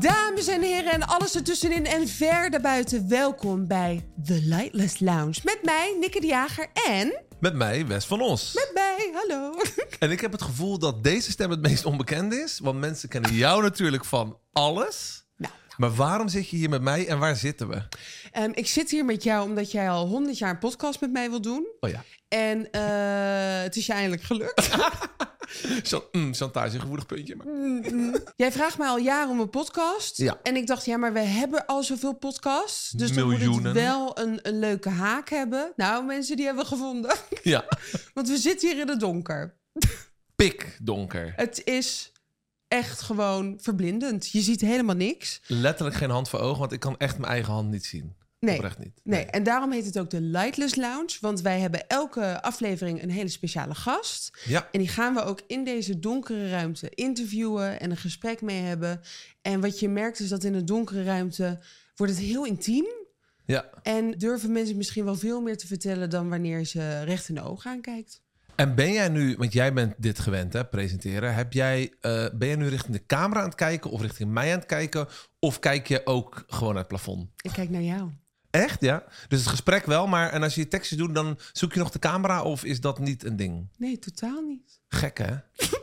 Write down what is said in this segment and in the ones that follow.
Dames en heren en alles ertussenin en ver daarbuiten. Welkom bij The Lightless Lounge. Met mij, Nikke de Jager en... Met mij, Wes van Os. Met mij, hallo. En ik heb het gevoel dat deze stem het meest onbekend is. Want mensen kennen jou natuurlijk van alles. Nou, Maar waarom zit je hier met mij en waar zitten we? ehm, ik zit hier met jou omdat jij al honderd jaar een podcast met mij wil doen. Oh ja, En eh, het is je eindelijk gelukt. Chan- mm, chantage, een gevoelig puntje. Maar... jij vraagt mij al jaren om een podcast. Ja. En ik dacht, ja, maar we hebben al zoveel podcasts. Dus dan moet Miljoenen. het wel een, een leuke haak hebben. Nou, mensen, die hebben we gevonden. Ja, Want we zitten hier in het donker. pikdonker. Het is echt gewoon verblindend. Je ziet helemaal niks. Letterlijk geen hand voor ogen, want ik kan echt mijn eigen hand niet zien. Nee. Oprecht niet. Nee, en daarom heet het ook de Lightless Lounge. Want wij hebben elke aflevering een hele speciale gast. Ja, En die gaan we ook in deze donkere ruimte interviewen en een gesprek mee hebben. En wat je merkt is dat in een donkere ruimte wordt het heel intiem. ja. En durven mensen misschien wel veel meer te vertellen dan wanneer je ze recht in de ogen aankijkt. En ben jij nu, want jij bent dit gewend, hè, presenteren. Heb jij, eh, ben jij nu richting de camera aan het kijken of richting mij aan het kijken? Of kijk je ook gewoon naar het plafond? Ik kijk naar jou. Echt, ja? Dus het gesprek wel, maar en als je je tekstjes doet, dan zoek je nog de camera of is dat niet een ding? Nee, totaal niet. Gek, hè?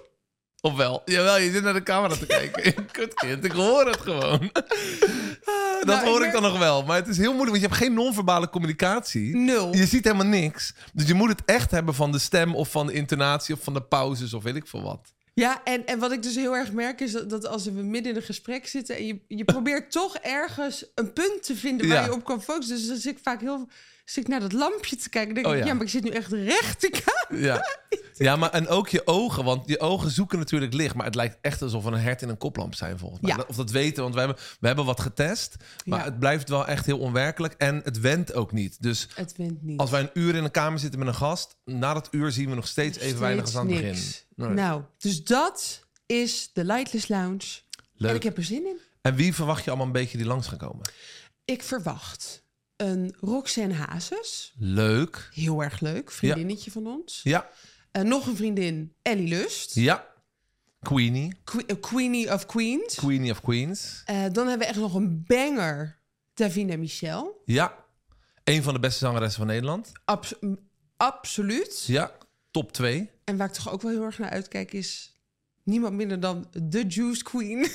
of wel? Jawel, je zit naar de camera te kijken. Kutkind, ik hoor het gewoon. Ah, dat nou, ik hoor ik merk- dan nog wel, maar het is heel moeilijk, want je hebt geen non-verbale communicatie. Nul. Je ziet helemaal niks. Dus je moet het echt hebben van de stem of van de intonatie of van de pauzes of weet ik veel wat. Ja, en, en wat ik dus heel erg merk is dat, dat als we midden in een gesprek zitten... en je, je probeert toch ergens een punt te vinden waar Ja. je op kan focussen. Dus dan zit ik vaak heel zit ik naar dat lampje te kijken. Dan denk Oh ik, ja. ja. maar ik zit nu echt recht te kijken. Ja. ja, maar en ook je ogen, want je ogen zoeken natuurlijk licht. Maar het lijkt echt alsof we een hert in een koplamp zijn, volgens mij. Ja. Of dat weten, want we hebben, we hebben wat getest. Maar Ja. het blijft wel echt heel onwerkelijk en het wendt ook niet. Dus Het went niet. als wij een uur in een kamer zitten met een gast... na dat uur zien we nog steeds even weinig als aan het begin. Steeds niks. Nee. Nou, dus dat is de Lightless Lounge. Leuk. En ik heb er zin in. En wie verwacht je allemaal een beetje die langs gaan komen? Ik verwacht een Roxanne Hazes. Leuk. Heel erg leuk. Vriendinnetje van ons. Ja, Eh, nog een vriendin, Ellie Lust. ja. Queenie. Que- eh, Queenie of Queens. Queenie of Queens. Eh, dan hebben we echt nog een banger. Davina Michel. Ja. Een van de beste zangeressen van Nederland. Abs- m- absoluut. Ja. Top 2. En waar ik toch ook wel heel erg naar uitkijk is... niemand minder dan de Juice Queen.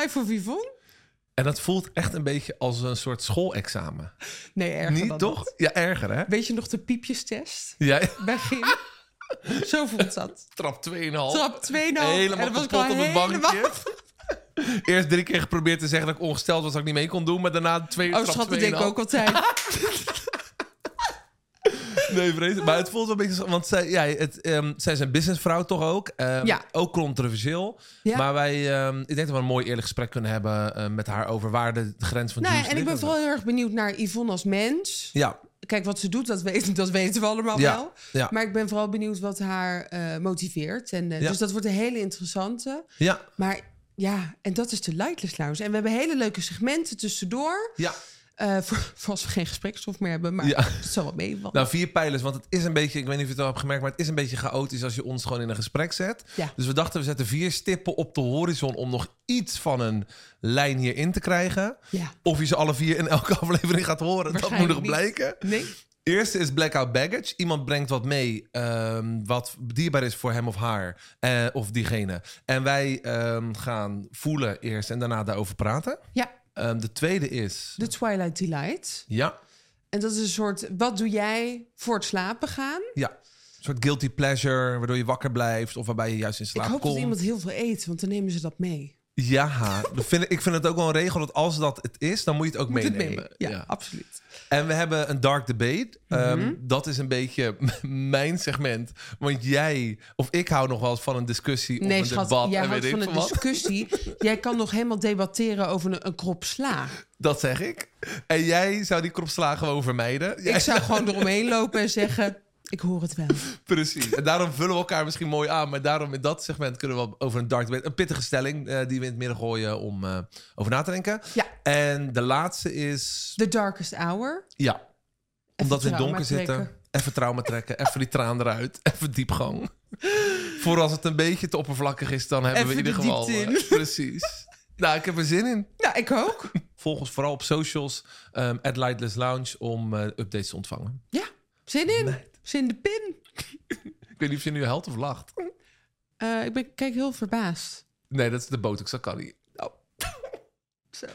Life of Yvonne. En dat voelt echt een beetje als een soort schoolexamen. Nee, erger Niet dan toch? dat. Ja, erger hè? Weet je nog de piepjestest? Ja, Bij Gim? Zo voelt dat. trap 2,5. Trap 2,5. Helemaal En dan was ik kapot al op het helemaal- bankje. Eerst drie keer geprobeerd te zeggen dat ik ongesteld was dat ik niet mee kon doen, maar daarna twee Oh trap schat, dat 2,5. denk ik ook altijd. Nee, vreselijk. Maar het voelt wel een beetje, zo- want zij, ja, het, ehm, zij is een businessvrouw toch ook. Ehm, Ja. Ook controversieel. Ja. Maar wij, ehm, ik denk dat we een mooi eerlijk gesprek kunnen hebben eh, met haar over waar de grens van nou, ja, juice en ik ben ligt. vooral heel erg benieuwd naar Yvonne als mens. Ja, Kijk, wat ze doet, dat, weet, dat weten we allemaal Ja, wel. ja. Maar ik ben vooral benieuwd wat haar eh, motiveert. En, eh, Ja. Dus dat wordt een hele interessante. ja, Maar ja, en dat is de Lightless Lounge. En we hebben hele leuke segmenten tussendoor. ja. Eh, voor, voor als we geen gesprekstof meer hebben. Maar Ja. het zal wel mee. Nou, vier pijlers, want het is een beetje, ik weet niet of je het al hebt gemerkt, maar het is een beetje chaotisch als je ons gewoon in een gesprek zet. Ja. Dus we dachten, we zetten vier stippen op de horizon om nog iets van een lijn hierin te krijgen. ja. Of je ze alle vier in elke aflevering gaat horen, dat moet Waarschijnlijk nog niet. blijken. Nee? Eerste is blackout baggage. Iemand brengt wat mee ehm, wat dierbaar is voor hem of haar eh, of diegene. En wij ehm, gaan voelen eerst en daarna daarover praten. Ja, Ehm, de tweede is, de Twilight Delight. ja, En dat is een soort, wat doe jij voor het slapen gaan? Ja, een soort guilty pleasure, waardoor je wakker blijft of waarbij je juist in Ik slaap hoop komt. dat iemand heel veel eet, want dan nemen ze dat mee. Ja, dat vind ik, ik vind het ook wel een regel dat als dat het is, dan moet je het ook Moet het meenemen. mee? Ja, Mhm. Ja. absoluut. En we hebben een dark debate. Ehm, Dat is een beetje mijn segment. Want jij of ik hou nog wel eens van een discussie of Nee, een schat, debat. jij en weet houdt ik van veel een wat. discussie. jij kan nog helemaal debatteren over een, een krop sla. Dat zeg ik. En jij zou die kropslagen gewoon vermijden. Jij- Ik zou gewoon eromheen lopen en zeggen... ik hoor het wel. Precies. En daarom vullen we elkaar misschien mooi aan. Maar daarom in dat segment kunnen we over een dark debate. Een pittige stelling eh, die we in het midden gooien om eh, over na te denken. Ja. En de laatste is. The Darkest Hour. Ja. Omdat we in het trauma donker zitten. trekken. Even trauma trekken. Even die traan eruit. Even diepgang. Voor als het een beetje te oppervlakkig is, dan hebben Even we in de ieder geval. diepte eh, precies. Nou, ik heb er zin in. Nou, ik ook. Volg ons vooral op socials, ehm at Lightless Lounge, om eh, updates te ontvangen. Ja, zin in. Meid. Zin de pin. Ik weet niet of je nu huilt of lacht. Eh, ik ben, kijk heel verbaasd. Nou. Nee, dat is de botox, dat kan niet. Zo.